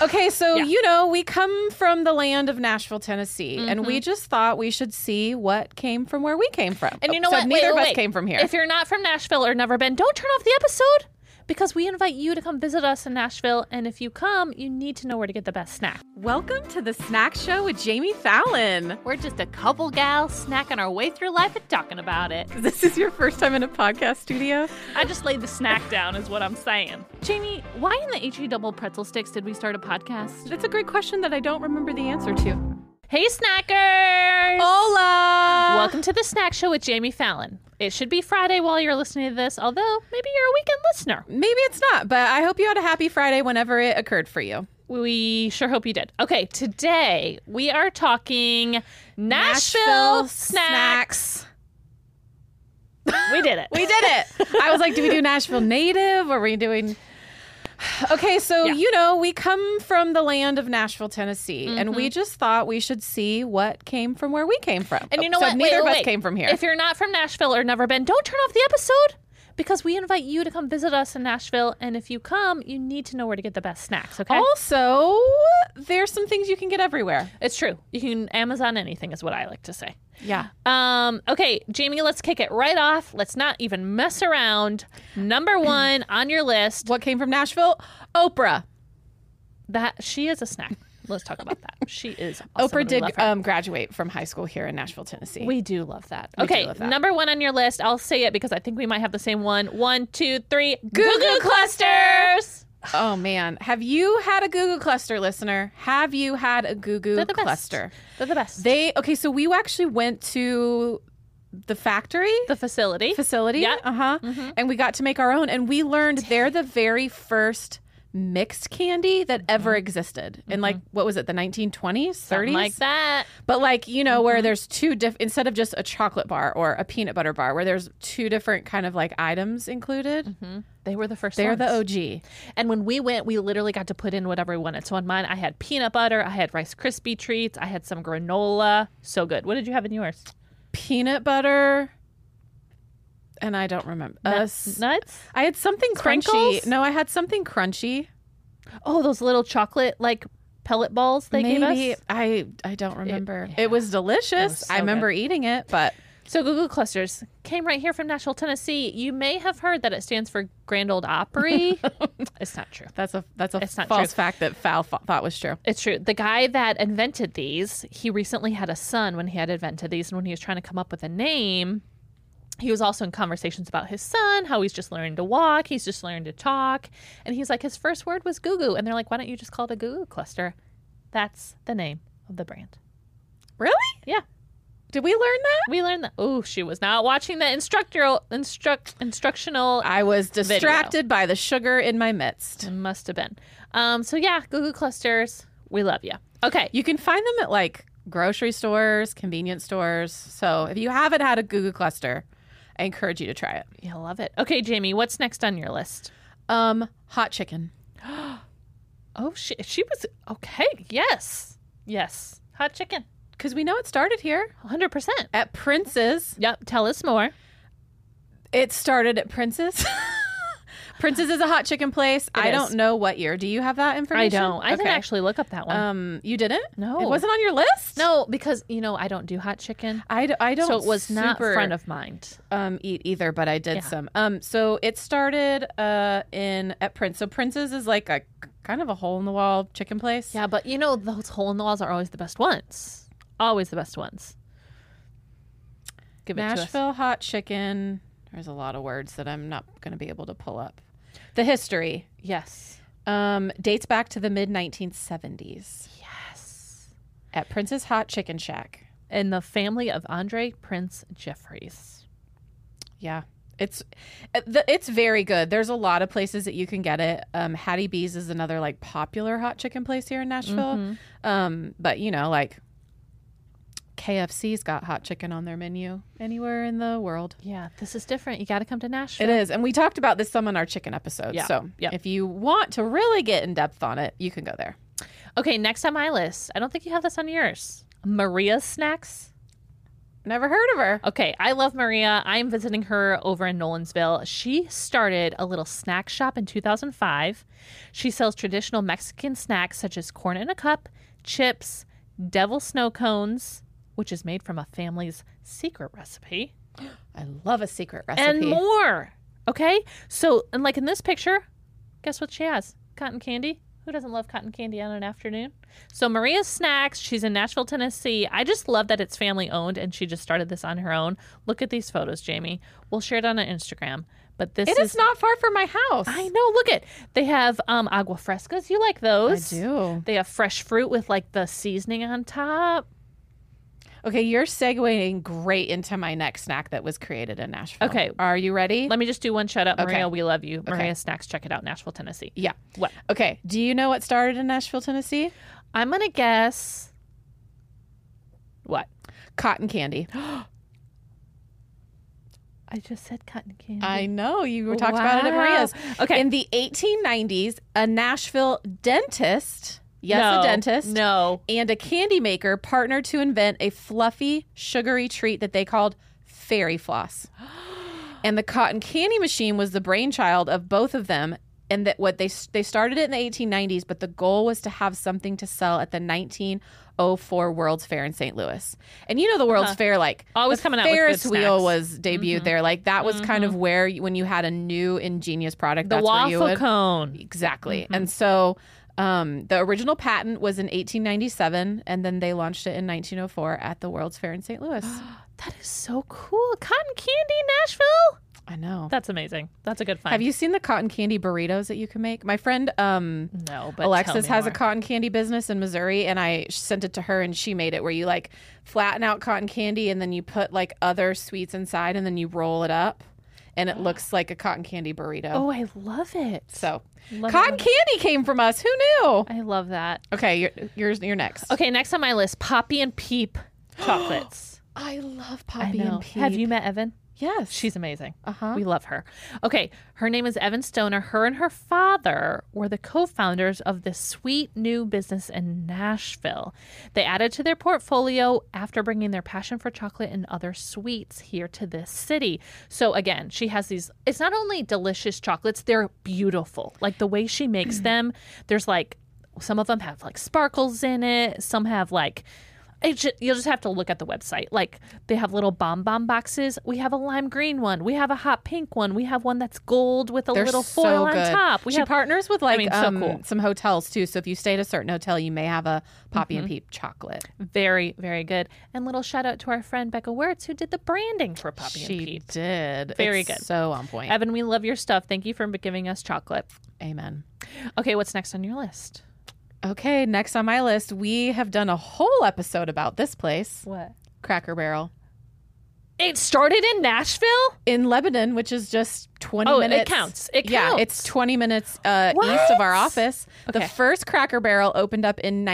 Okay, so Yeah. you know, we come from the land of Nashville, Tennessee, and Mm-hmm. we just thought we should see what came from where we came from. Oh, And you know so what? Wait, Neither wait, of us wait. came from here. If you're not from Nashville or never been, don't turn off the episode because we invite you to come visit us in Nashville. And if you come, you need to know where to get the best snack. Welcome to the Snack Show with Jamie Fallon. We're just a couple gals snacking our way through life and talking about it. This is your first time in a podcast studio. I just laid the snack down, is what I'm saying. Jamie, why in the HE double pretzel sticks did we start a podcast? That's a great question that I don't remember the answer to. Hey, snackers! Hola! Welcome to the Snack Show with Jamie Fallon. It should be Friday while you're listening to this, although maybe you're a weekend listener. Maybe it's not, but I hope you had a happy Friday whenever it occurred for you. We sure hope you did. Okay, today we are talking Nashville, snacks. We did it. We did it. I was like, do we do Nashville native? Are we doing. Okay, so Yeah. you know, we come from the land of Nashville, Tennessee, and Mm-hmm. we just thought we should see what came from where we came from. and you know so what? Neither Wait, of us wait. came from here. If you're not from Nashville or never been, don't turn off the episode because we invite you to come visit us in Nashville. And if you come, you need to know where to get the best snacks. Okay, Oh. also, there's some things you can get everywhere. it's true. You can Amazon anything, is what I like to say. Yeah. Um, okay, Jamie, let's kick it right off. Let's not even mess around. Number one on your list. What came from Nashville? Oprah. That she is a snack. Let's talk about that. She is awesome Oprah and we love did her. um, graduate from high school here in Nashville, Tennessee. We do love that. do okay, love that. number one on your list. I'll say it because I think we might have the same one. One, two, three. Goo Goo Goo Goo Clusters. oh man, have you had a Goo Goo cluster, listener? Have you had a Goo Goo They're the best. cluster? They're the best. They okay, so we actually went to the factory the facility. facility, Yeah. Mm-hmm. uh-huh, and we got to make our own and we learned they're the very first mixed candy that ever existed in like what was it the 1920s 30s Mm-hmm. Something like Mm-hmm. that. but like you know where there's two diff instead of just a chocolate bar or a peanut butter bar where there's two different kind of like items included Mm-hmm. They were the first. they're ones. the og And when we went, we literally got to put in whatever we wanted. So on mine, I had peanut butter. I had Rice Krispie treats. I had some granola. So good. What did you have in yours? peanut butter and i don't remember uh, s- Nuts. i had something Sprinkles? crunchy no i had something crunchy Oh, those little chocolate like pellet balls they Maybe gave us. I I don't remember. It, was delicious. was so I remember eating it, but So Google Clusters came right here from Nashville, Tennessee. You may have heard that it stands for Grand Old Opry. it's not true. that's a that's a It's not false true. fact that Fowl fo- thought was true. It's true. The guy that invented these, he recently had a son when he had invented these, and when he was trying to come up with a name, he was also in conversations about his son, how he's just learning to walk, he's just learning to talk, and he's like, his first word was goo goo, and they're like, why don't you just call it a goo goo cluster? That's the name of the brand. Really? Yeah, Did we learn that? we learned that. Oh, she was not watching the instructional instruct instructional I was distracted by the sugar in my midst. It must have been. Um, so yeah, Goo Goo Clusters, we love you. Okay, You can find them at like grocery stores, convenience stores. So if you haven't had a Goo Goo cluster, I encourage you to try it. you love it. Okay, Jamie, what's next on your list? Um, hot chicken. Oh, she she was okay. Yes, yes, hot chicken, Because we know it started here hundred percent. at Prince's. Yep. Tell us more. It started at Prince's. Prince's is a hot chicken place. I is. don't know what year. Do you have that I information? don't. I didn't Okay. actually look up that one. Um, you didn't? No. it wasn't on your list. no, because you know I don't do hot chicken, I, d- I don't. so it was not super, front of mind. um eat either, but I did Yeah. some. Um, so it started uh in at Prince. So Prince's is like a kind of a hole in the wall chicken place. Yeah, but you know those hole in the walls are always the best ones. Always the best ones. Give it to us. Nashville hot chicken. There's a lot of words that I'm not going to be able to pull up. The history Yes. um, dates back to the mid 1970s Yes. at Prince's Hot Chicken Shack. in the family of Andre Prince Jeffries. Yeah. It's uh, the- it's very good. There's a lot of places that you can get it. Um, Hattie B's is another like popular hot chicken place here in Nashville. Mm-hmm. Um, but you know, like KFC's got hot chicken on their menu anywhere in the world. Yeah, this is different. You got to come to Nashville. It is, and we talked about this some on our chicken episode. Yeah. So Yeah. if you want to really get in depth on it, you can go there. Okay, next on my list, I don't think you have this on yours. Maria's Snacks. Never heard of her. Okay, I love Maria. I'm visiting her over in Nolansville. She started a little snack shop in 2005. She sells traditional Mexican snacks such as corn in a cup, chips, devil snow cones, which is made from a family's secret recipe, I love a secret recipe. and more. Okay, so, and like in this picture, guess what she has? Cotton candy. Who doesn't love cotton candy on an afternoon? So, Maria's Snacks, she's in Nashville, Tennessee. I just love that it's family owned and she just started this on her own. Look at these photos, Jamie. We'll share it on our Instagram. But this It is is not far from my house. I know. Look at they have um agua frescas. You like I those? do. They have fresh fruit with like the seasoning on top. Okay, you're segueing great into my next snack that was created in Nashville. Okay. Are you ready? Let me just do one shout out, Okay. Maria. We love you, Maria Okay. Snacks. Check it out, Nashville, Tennessee. yeah. What? Okay. Do you know what started in Nashville, Tennessee? I'm gonna guess. What? Cotton candy. I just said cotton candy. Oh, I know. You were talked about it at Wow. Maria's. Okay. In the 1890s, a Nashville dentist, yes, No. a dentist, No. and a candy maker partnered to invent a fluffy, sugary treat that they called fairy floss. And the cotton candy machine was the brainchild of both of them. And that what they they started it in the 1890s, but the goal was to have something to sell at the 1904 World's Fair in St. Louis. And you know the World's Huh. Fair, like Always the coming out with good Ferris wheel snacks. Mm-hmm. was debuted there. Like that was kind of where you, when you had a new ingenious product, The that's where you waffle mm-hmm. would cone. Exactly. And so um, the original patent was in 1897, and then they launched it in 1904 at the World's Fair in St. Louis. That is so cool. Cotton candy, Nashville. I know. That's amazing. That's a good find. Have you seen the cotton candy burritos that you can make? My friend um, No, but tell Alexis me has more. a cotton candy business in Missouri, and I sent it to her, and she made it where you like flatten out cotton candy, and then you put like other sweets inside, and then you roll it up, and it looks like a cotton candy burrito. Oh, I love it. So Love it, cotton love it. candy came from us. Who knew? I love that. Okay, you're, you're, you're next. Okay, next on my list, Poppy and Peep chocolates. I love I Poppy know. and Pete. Have you met Evan? Yes. She's amazing. uh-huh. We love her. Okay, her name is Evan Stoner. Her and her father were the co founders of this sweet new business in Nashville. They added to their portfolio after bringing their passion for chocolate and other sweets here to this city. So, again, she has these, it's not only delicious chocolates, they're beautiful. Like the way she makes them, there's like, some of them have like sparkles in it, some have like, it ju- you'll just have to look at the website. Like they have little bomb bomb boxes. We have a lime green one. We have a hot pink one. We have one that's gold with a They're little so foil good. on top. We she have partners with like mean, so um, cool. some hotels too. So if you stay at a certain hotel, you may have a Poppy and Peep chocolate. very very good. And little shout out to our friend Becca Wertz who did the branding for Puppy she and Peep. did Very It's good. So on point. Evan, we love your stuff. Thank you for giving us chocolate. Amen. Okay, what's next on your list? Okay, next on my list, we have done a whole episode about this place, What? Cracker Barrel, It started in Nashville. in Lebanon, which is just twenty Oh, minutes. it counts. It counts. Yeah, it's 20 minutes uh, What? east of our office. Okay. The first Cracker Barrel opened up in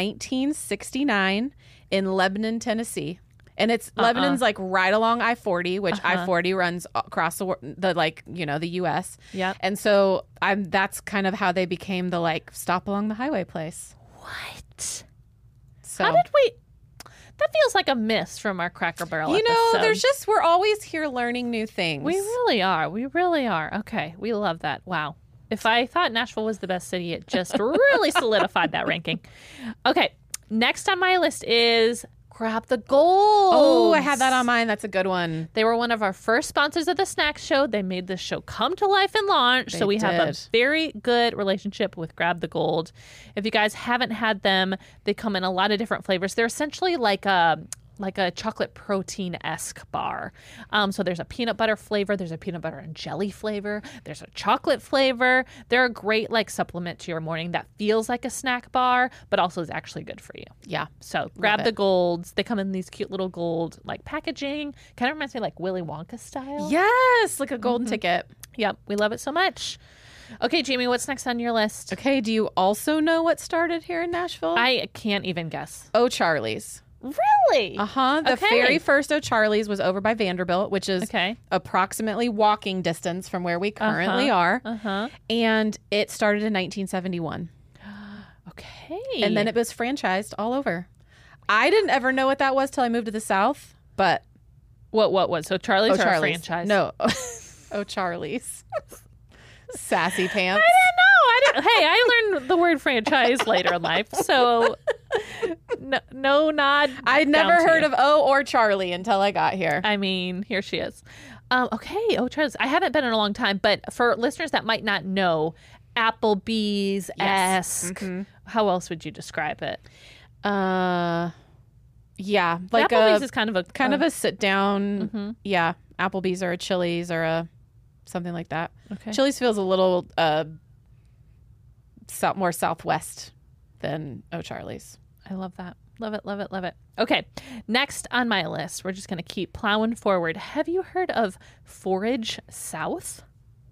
1969 in Lebanon, Tennessee. And it's Uh-uh. Lebanon's like right along I 40, which Uh-huh. I 40 runs across the, wor- the, like, you know, the U.S. Yep. And so I'm, that's kind of how they became the like stop along the highway place. What? So, How did we? That feels like a miss from our Cracker Barrel. you know, episode. there's just, we're always here learning new things. We really are. We really are. Okay. We love that. Wow. If I thought Nashville was the best city, it just really solidified that ranking. Okay. Next on my list is Grab the Gold. oh, I had that on mine. That's a good one. They were one of our first sponsors of the snack show. They made this show come to life and launch. so They we have a did. very good relationship with Grab the Gold. If you guys haven't had them, they come in a lot of different flavors. They're essentially like a like a chocolate protein esque bar. Um, so there's a peanut butter flavor, there's a peanut butter and jelly flavor, there's a chocolate flavor. They're a great like supplement to your morning that feels like a snack bar, but also is actually good for you. Yeah. So grab it. the golds. They come in these cute little gold like packaging. Kind of reminds me like Willy Wonka style. Yes, like a golden mm-hmm. ticket. Yep. We love it so much. Okay, Jamie, what's next on your list? Okay, do you also know what started here in Nashville? I can't even guess. Uh-huh. Oh, Charlie's. Really? Uh huh. The Okay. very first Oh Charlie's was over by Vanderbilt, which is Okay. approximately walking distance from where we currently are. Uh huh. And it started in 1971. Okay. And then it was franchised all over. I didn't ever know what that was till I moved to the South, but oh, What? What? What? So Charlie's our franchise? No. oh, Charlie's. Sassy pants. I don't. Hey, I learned the word franchise later in life, so no, no nod. I'd never down to heard you. of O or Charlie until I got here. I mean, here she is. Um, okay, oh, Charlie's. I haven't been in a long time, but for listeners that might not know, Applebee's esque. Mm-hmm. How else would you describe it? Uh, yeah, like Applebee's a is kind of a kind of a sit down. Mhm. Yeah, Applebee's or a Chili's or a something like that. okay. Chili's feels a little uh, south, more southwest than O'Charlie's. I love that. Love it, love it, love it. Okay, next on my list, we're just going to keep plowing forward. Have you heard of Forage South?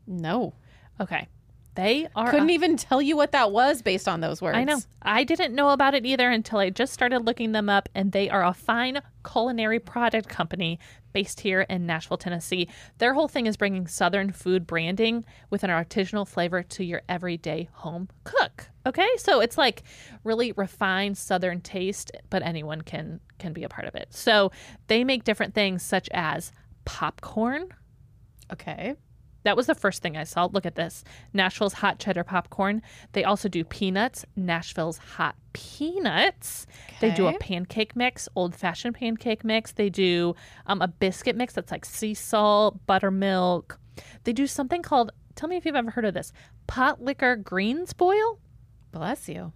No, Okay, they are. couldn't even tell you what that was based on those words. I know. I didn't know about it either until I just started looking them up, and they are a fine culinary product company based here in Nashville, Tennessee. Their whole thing is bringing Southern food branding with an artisanal flavor to your everyday home cook. Okay, so it's like really refined Southern taste, but anyone can can be a part of it. So they make different things such as popcorn. Okay, That was the first thing I saw. Look at this Nashville's hot cheddar popcorn. They also do peanuts, Nashville's hot peanuts. They do a Okay. pancake mix, old fashioned pancake mix. They do um, a biscuit mix that's like sea salt, buttermilk. They do something called, tell me if you've ever heard of this, pot liquor greens boil. bless you.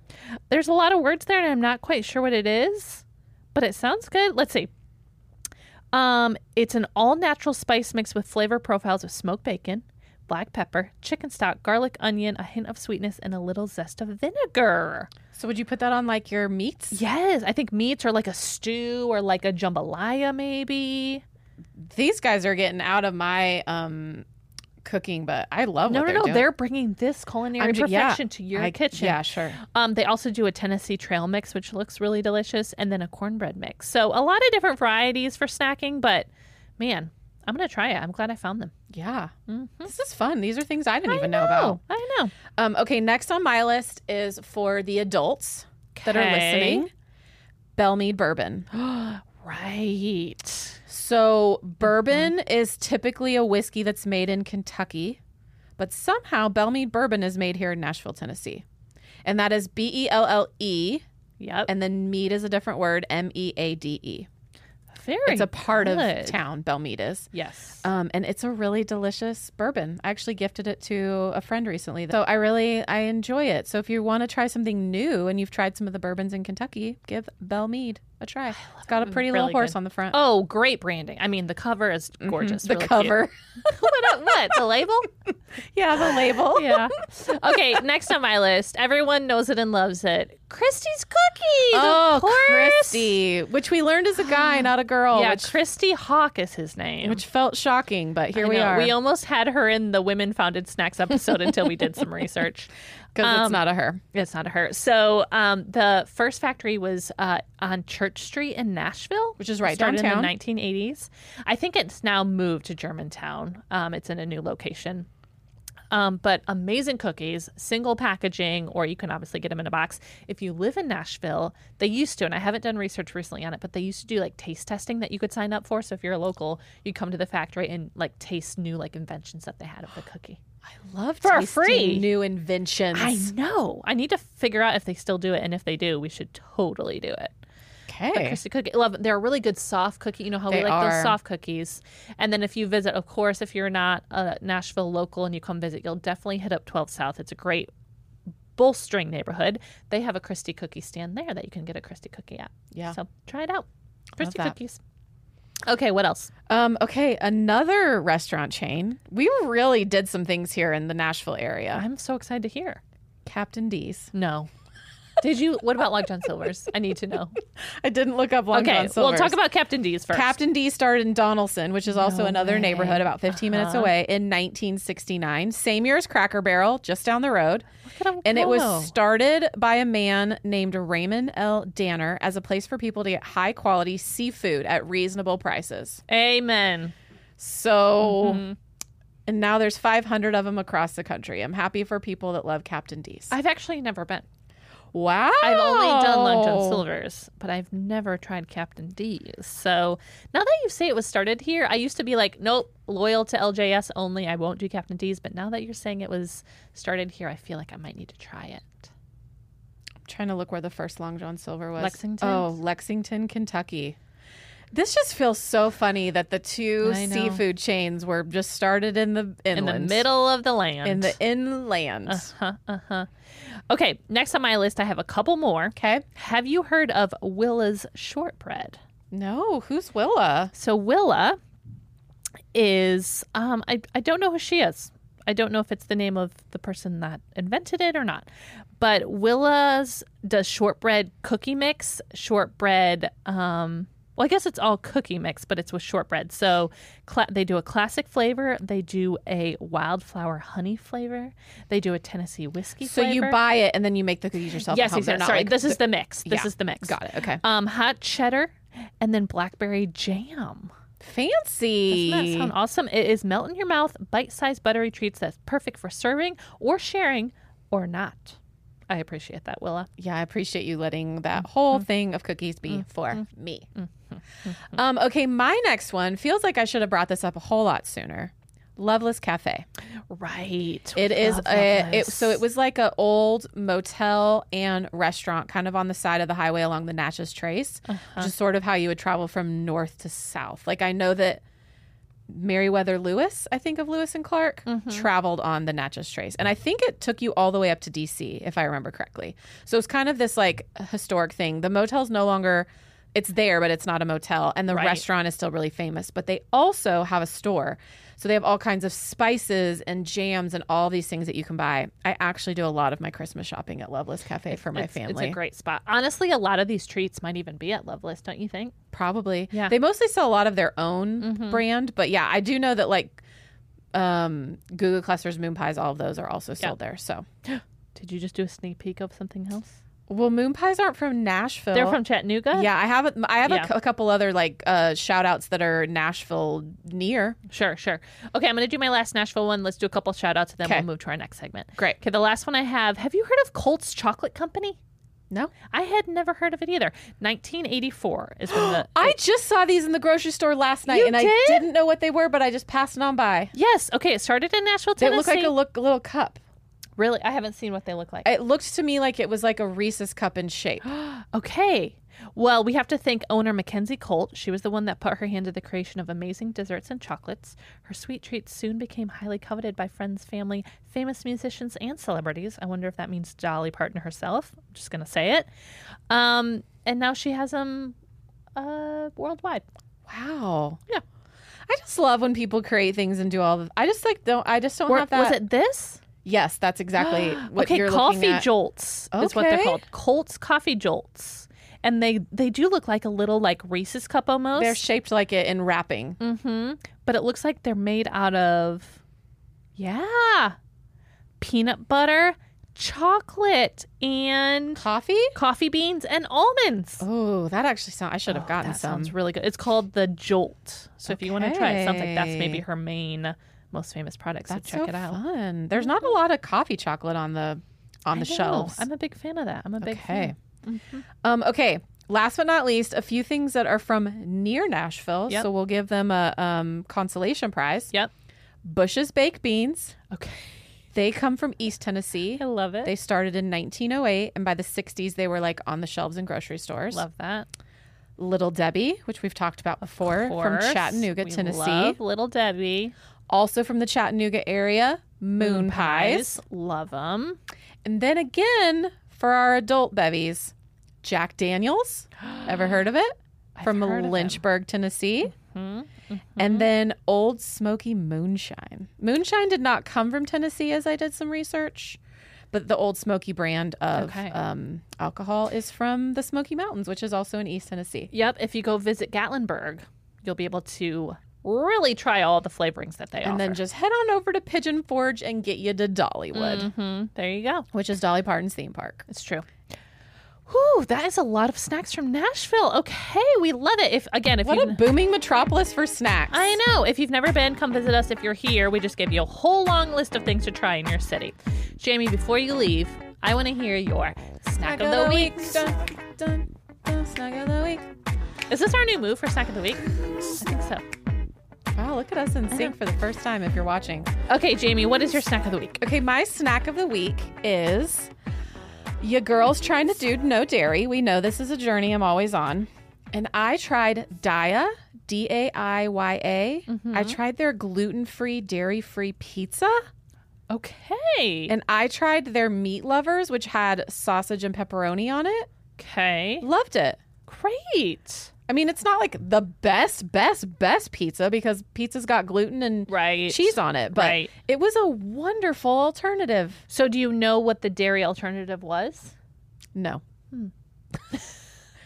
There's a lot of words there, and I'm not quite sure what it is, but it sounds good. Let's see. Um, it's an all natural spice mix with flavor profiles of smoked bacon, black pepper, chicken stock, garlic, onion, a hint of sweetness, and a little zest of vinegar. So would you put that on like your meats? Yes, I think meats are like a stew or like a jambalaya, maybe. These guys are getting out of my um cooking, but I love No, what no, they're no. doing. They're bringing this culinary I'm ju- yeah, perfection to your I- kitchen. Yeah, sure. Um, they also do a Tennessee trail mix, which looks really delicious, and then a cornbread mix. So a lot of different varieties for snacking, but man, I'm gonna try it. I'm glad I found them. Yeah. Mhm. This is fun. These are things Mm-hmm. I didn't I even know about. I know. Um, okay, next on my list is for the adults that are Okay. listening Bellmead bourbon. Right. So, bourbon is typically a whiskey that's made in Kentucky, but somehow Bellmead bourbon is made here in Nashville, Tennessee. And that is B E L L E, Yep. and then mead is a different word, M E A D E. Very. It's a part good. of town, Bellmead is. Yes. Um, and it's a really delicious bourbon. I actually gifted it to a friend recently. So I really I enjoy it. So if you want to try something new and you've tried some of the bourbons in Kentucky, give Bell Mead a try. It's got a pretty little Really horse good. on the front. oh, great branding. I mean, the cover is gorgeous. Mm-hmm. the really cute. cover. what? What? The label? yeah, the label. Yeah. Okay. Next on my list, everyone knows it and loves it. Christie's cookies. Oh, of course. Christy, which we learned is a guy, not a girl, yeah, Oh, which, Christy Hawk is his name. which felt shocking, but here I we know, are. We almost had her in the Women Founded Snacks episode until we did some research. Because um, it's not a her. It's not her. So um, the first factory was uh, on Church Street in Nashville, Which is right started downtown. in the 1980s. I think it's now moved to Germantown. Um, it's in a new location. Um, but amazing cookies, single packaging, or you can obviously get them in a box. If you live in Nashville, they used to, and I haven't done research recently on it, but they used to do like taste testing that you could sign up for. So if you're a local, you come to the factory and like taste new like inventions that they had of the cookie. I love for tasting free. new inventions. I know. I need to figure out if they still do it, and if they do, we should totally do it. But okay. Christy cookie, love. They're a really good soft cookie. You know how we They like those are. soft cookies. And then if you visit, of course, if you're not a Nashville local and you come visit, you'll definitely hit up 12 South. It's a great bolstering neighborhood. They have a Christie cookie stand there that you can get a Christie cookie at. Yeah. So try it out. Christie that. cookies. Okay, what else? Um, okay, another restaurant chain. We really did some things here in the Nashville area. I'm so excited to hear. Captain D's. No. Did you? What about Long John Silver's? I need to know. I didn't look up Long okay, John we'll Silver's. talk about Captain D's first. Captain D started in Donelson, which is also No another way. Uh-huh. neighborhood about 15 minutes away in 1969. Same year as Cracker Barrel, just down the road. Look at 'em And it go. was started by a man named Raymond L. Danner as a place for people to get high quality seafood at reasonable prices. Amen. So, Mm-hmm. and now there's 500 of them across the country. I'm happy for people that love Captain D's. I've actually never been. Wow. I've only done Long John Silver's, but I've never tried Captain D's. So now that you say it was started here, I used to be like, nope, loyal to LJS only. I won't do Captain D's. But now that you're saying it was started here, I feel like I might need to try it. I'm trying to look where the first Long John Silver was. Lexington? Oh, Lexington, Kentucky. This just feels so funny that the two I know. seafood chains were just started in the In inland. the middle of the land. In the inland. Uh huh. Uh huh. Okay. Next on my list, I have a couple more. Okay. Have you heard of Willa's shortbread? No, who's Willa? So Willa is um I, I don't know who she is. I don't know if it's the name of the person that invented it or not. But Willa's does shortbread cookie mix, shortbread um well, I guess it's all cookie mix, but it's with shortbread. So cla they do a classic flavor. They do a wildflower honey flavor. They do a Tennessee whiskey So flavor. you buy it and then you make the cookies yourself. Yes, at home. They're exactly. not Sorry, like- this is the mix. This Yeah. is the mix. got it. Okay, Um, hot cheddar and then blackberry jam. fancy. Doesn't that sound awesome? It is melt in your mouth, bite sized buttery treats that's perfect for serving or sharing or not. I appreciate that, Willa. yeah, I appreciate you letting that whole Mm. thing of cookies be for me. Um, okay, my next one feels like I should have brought this up a whole lot sooner. Loveless Cafe. Right. It is Love a, it, Loveless. so it was like a old motel and restaurant, kind of on the side of the highway along the Natchez Trace, Uh-huh. which is sort of how you would travel from north to south. Like I know that Meriwether Lewis, I think of Lewis and Clark, Mm-hmm. traveled on the Natchez Trace, and I think it took you all the way up to D.C. if I remember correctly. So it's kind of this like historic thing. The motel's no longer. It's there, but it's not a motel. And the Right. restaurant is still really famous, but they also have a store. So they have all kinds of spices and jams and all these things that you can buy. I actually do a lot of my Christmas shopping at Loveless Cafe for my It's- family. It's a great spot. Honestly, a lot of these treats might even be at Loveless, don't you think? Probably. Yeah. Mm-hmm. They mostly sell a lot of their own brand, but yeah, I do know that like um Google clusters, moon pies, all of those are also sold there. So Did you just do a sneak peek of something else? well, moon pies aren't from Nashville. They're from Chattanooga? yeah, I have a, I have Yeah. a, cou- a couple other like uh shout outs that are Nashville near. Sure, sure. Okay, I'm going to do my last Nashville one. Let's do a couple shout outs and then Okay. we'll move to our next segment. Great. Okay, the last one I have. Have you heard of Colt's Chocolate Company? No? I had never heard of it either. 1984 is when the. I just saw these in the grocery store last night You and did? I didn't know what they were, but I just passed it on by. yes. Okay. It started in Nashville, They Tennessee. look like a look, little cup. really, I haven't seen what they look like. It looked to me like it was like a Reese's cup in shape. okay. Well, we have to thank owner Mackenzie Colt. She was the one that put her hand to the creation of amazing desserts and chocolates. Her sweet treats soon became highly coveted by friends, family, famous musicians, and celebrities. I wonder if that means Dolly Parton herself. I'm just gonna say it. Um, and now she has them uh, worldwide. Wow. Yeah. I just love when people create things and do all the. I just like don't. I just don't Were- have that. Was it this? Yes, that's exactly what okay, you're coffee looking at. jolts is what they're Okay. called. Colts coffee jolts, and they they do look like a little like Reese's cup almost. They're shaped like it in wrapping. mm-hmm. But it looks like they're made out of, yeah, peanut butter, chocolate, and Coffee? coffee beans and almonds. Oh, that actually sounds. I should have gotten that some. sounds really good. It's called the Jolt. So if you want to try it, it sounds like that's Okay. maybe her main, most famous product. that's so check so it out. Mm-hmm. fun. There's not a lot of coffee chocolate on the on the I know. shelves. I'm a big fan of that. I'm a big okay. fan. Mm-hmm. Um, okay. Last but not least, a few things that are from near Nashville. Yep. So we'll give them a um, consolation prize. Yep. Bush's baked beans. Okay. They come from East Tennessee. I love it. They started in 1908, and by the 60s, they were like on the shelves in grocery stores. Love that. Little Debbie, which we've talked about before, from course. Chattanooga, We Tennessee. love Little Debbie. Also from the Chattanooga area, moon, pies. Love them. And then again, for our adult bevies, Jack Daniels. Ever heard of it? From heard of Mm-hmm, Lynchburg, Tennessee. And then Old Smoky Moonshine. Moonshine did not come from Tennessee, as I did some research, but the Old Smoky brand of Okay. um, alcohol is from the Smoky Mountains, which is also in East Tennessee. Yep. If you go visit Gatlinburg, you'll be able to really try all the flavorings that they And then just head on over to Pigeon Forge and get you to Dollywood, hmm There you go. which is Dolly Parton's theme park. It's true. Whew, that is a lot of snacks from Nashville. Okay, we love it. If again, if What you a booming metropolis for snacks. I know. If you've never been, come visit us. If you're here, we just gave you a whole long list of things to try in your city. Jamie, before you leave, I want to hear your snack of the week. Dun, dun, dun, snack of the week. Is this our new move for snack of the week? I think so. Wow, look at us in sync for the first time if you're watching. Okay, Jamie, what is your snack of the week? Okay, my snack of the week is your girls trying to do no dairy. We know this is a journey I'm always on. And I tried Daya, D A I Y A. Mm-hmm. I tried their gluten free, dairy free pizza. Okay. And I tried their meat lovers, which had sausage and pepperoni on it. Okay. Loved it. Great. I mean, it's not like the best, best, best pizza because pizza's got gluten and Right. cheese on it, but Right. it was a wonderful alternative. So, do you know what the dairy alternative was? No,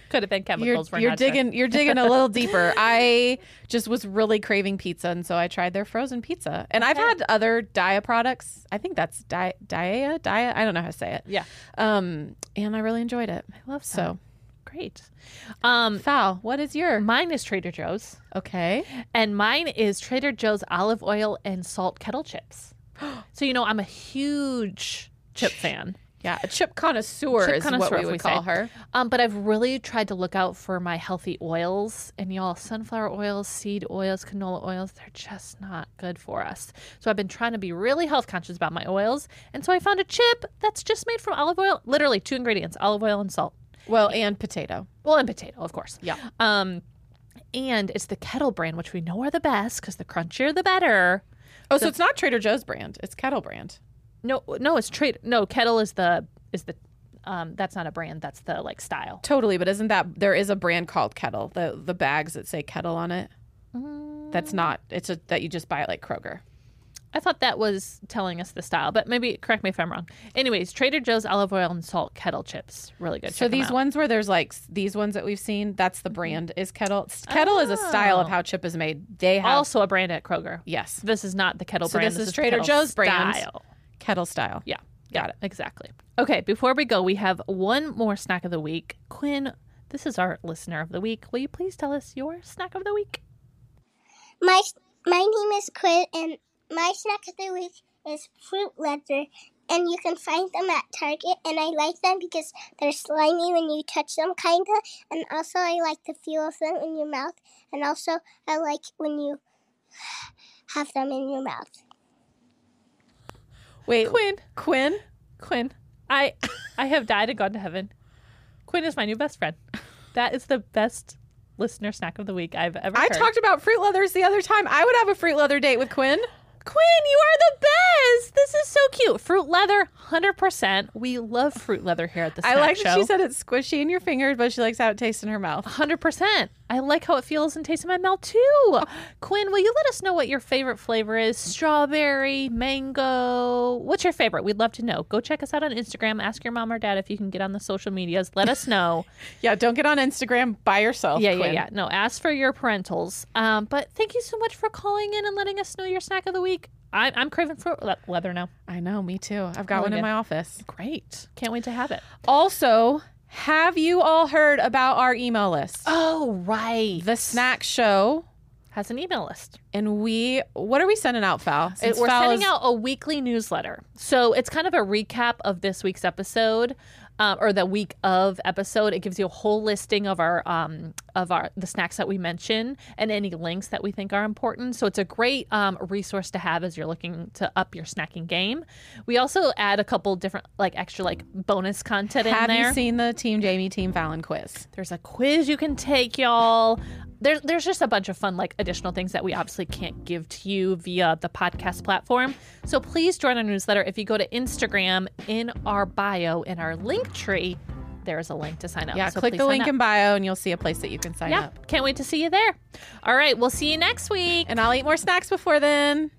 Could have been you're, chemicals. We're you're not sure. digging, you're digging a little deeper. I just was really craving pizza, and so I tried their frozen pizza. And I've Okay. had other Dia products. I think that's Dia, Dia, Dia. I don't know how to say it. Yeah. Um, and I really enjoyed it. I love so So, great. Um, Fowl, what is your mine is Trader Joe's, okay? and mine is Trader Joe's olive oil and salt kettle chips. So you know I'm a huge chip fan. Yeah, a chip connoisseur Chip is connoisseur, what if we would we call say. her. Um, but I've really tried to look out for my healthy oils and y'all sunflower oils, seed oils, canola oils, they're just not good for us. So I've been trying to be really health conscious about my oils. And so I found a chip that's just made from olive oil, literally two ingredients, olive oil and salt. Well, and potato. Well, and potato, of course. Yeah. Um, and it's the kettle brand, which we know are the best because the crunchier the better. Oh, so, it's not Trader Joe's brand; it's Kettle brand. No, no, it's trade. No, kettle is the is the um, that's not a brand. That's the like style. Totally, but isn't that there is a brand called Kettle? The the bags that say Kettle on it. That's not. It's a that you just buy at like Kroger. I thought that was telling us the style, but maybe correct me if I'm wrong. Anyways, Trader Joe's olive oil and salt kettle chips, really good. So Check 'em these out. ones where there's like s- these ones that we've seen, that's the brand is Kettle. S- Kettle is a style of how chip is made. They have also a brand at Kroger. yes, This is not the kettle So brand. this is the Trader kettle Joe's brand. style. Kettle style. Yeah, Got it. exactly. Okay, before we go, we have one more snack of the week. Quinn, this is our listener of the week. Will you please tell us your snack of the week? My my name is Quinn, and my snack of the week is fruit leather, and you can find them at Target. And I like them because they're slimy when you touch them, kinda. And also, I like the feel of them in your mouth. And also, I like when you have them in your mouth. Wait, Quinn. Quinn, Quinn. Quinn, I, I have died and gone to heaven. Quinn is my new best friend. That is the best listener snack of the week I've ever. I heard. talked about fruit leathers the other time. I would have a fruit leather date with Quinn. Quinn, you are the best. This is so cute. Fruit leather, 100%. We love fruit leather here at the I Snack like show. that she said it's squishy in your fingers, but she likes how it tastes in her mouth. 100%. I like how it feels and tastes in my mouth too. Quinn, will you let us know what your favorite flavor is? Strawberry, mango. What's your favorite? We'd love to know. Go check us out on Instagram. Ask your mom or dad if you can get on the social medias. Let us know. Yeah, don't get on Instagram by yourself. yeah, Quinn. yeah, yeah. No, ask for your parentals. Um, but thank you so much for calling in and letting us know your snack of the week. I, I'm craving fruit le- leather now. I know, me too. I've got one in yeah. my office. Great. Can't wait to have it. Also, have you all heard about our email list? Oh, right. The Snack Show. has an email list. And we, what are we sending out, Foul? Since we're Foul sending is- out a weekly newsletter. So it's kind of a recap of this week's episode. Um, or the week of episode, it gives you a whole listing of our um, of our the snacks that we mention and any links that we think are important. So it's a great um, resource to have as you're looking to up your snacking game. We also add a couple different like extra like bonus content Have in there. you seen the Team Jamie, Team Fallon quiz? There's a quiz you can take, y'all. There, there's just a bunch of fun, like additional things that we obviously can't give to you via the podcast platform. So please join our newsletter. If you go to Instagram in our bio, in our link tree, there's a link to sign up. Yeah, So click please the sign link up. in bio and you'll see a place that you can sign Yeah, up. can't wait to see you there. All right, we'll see you next week. And I'll eat more snacks before then.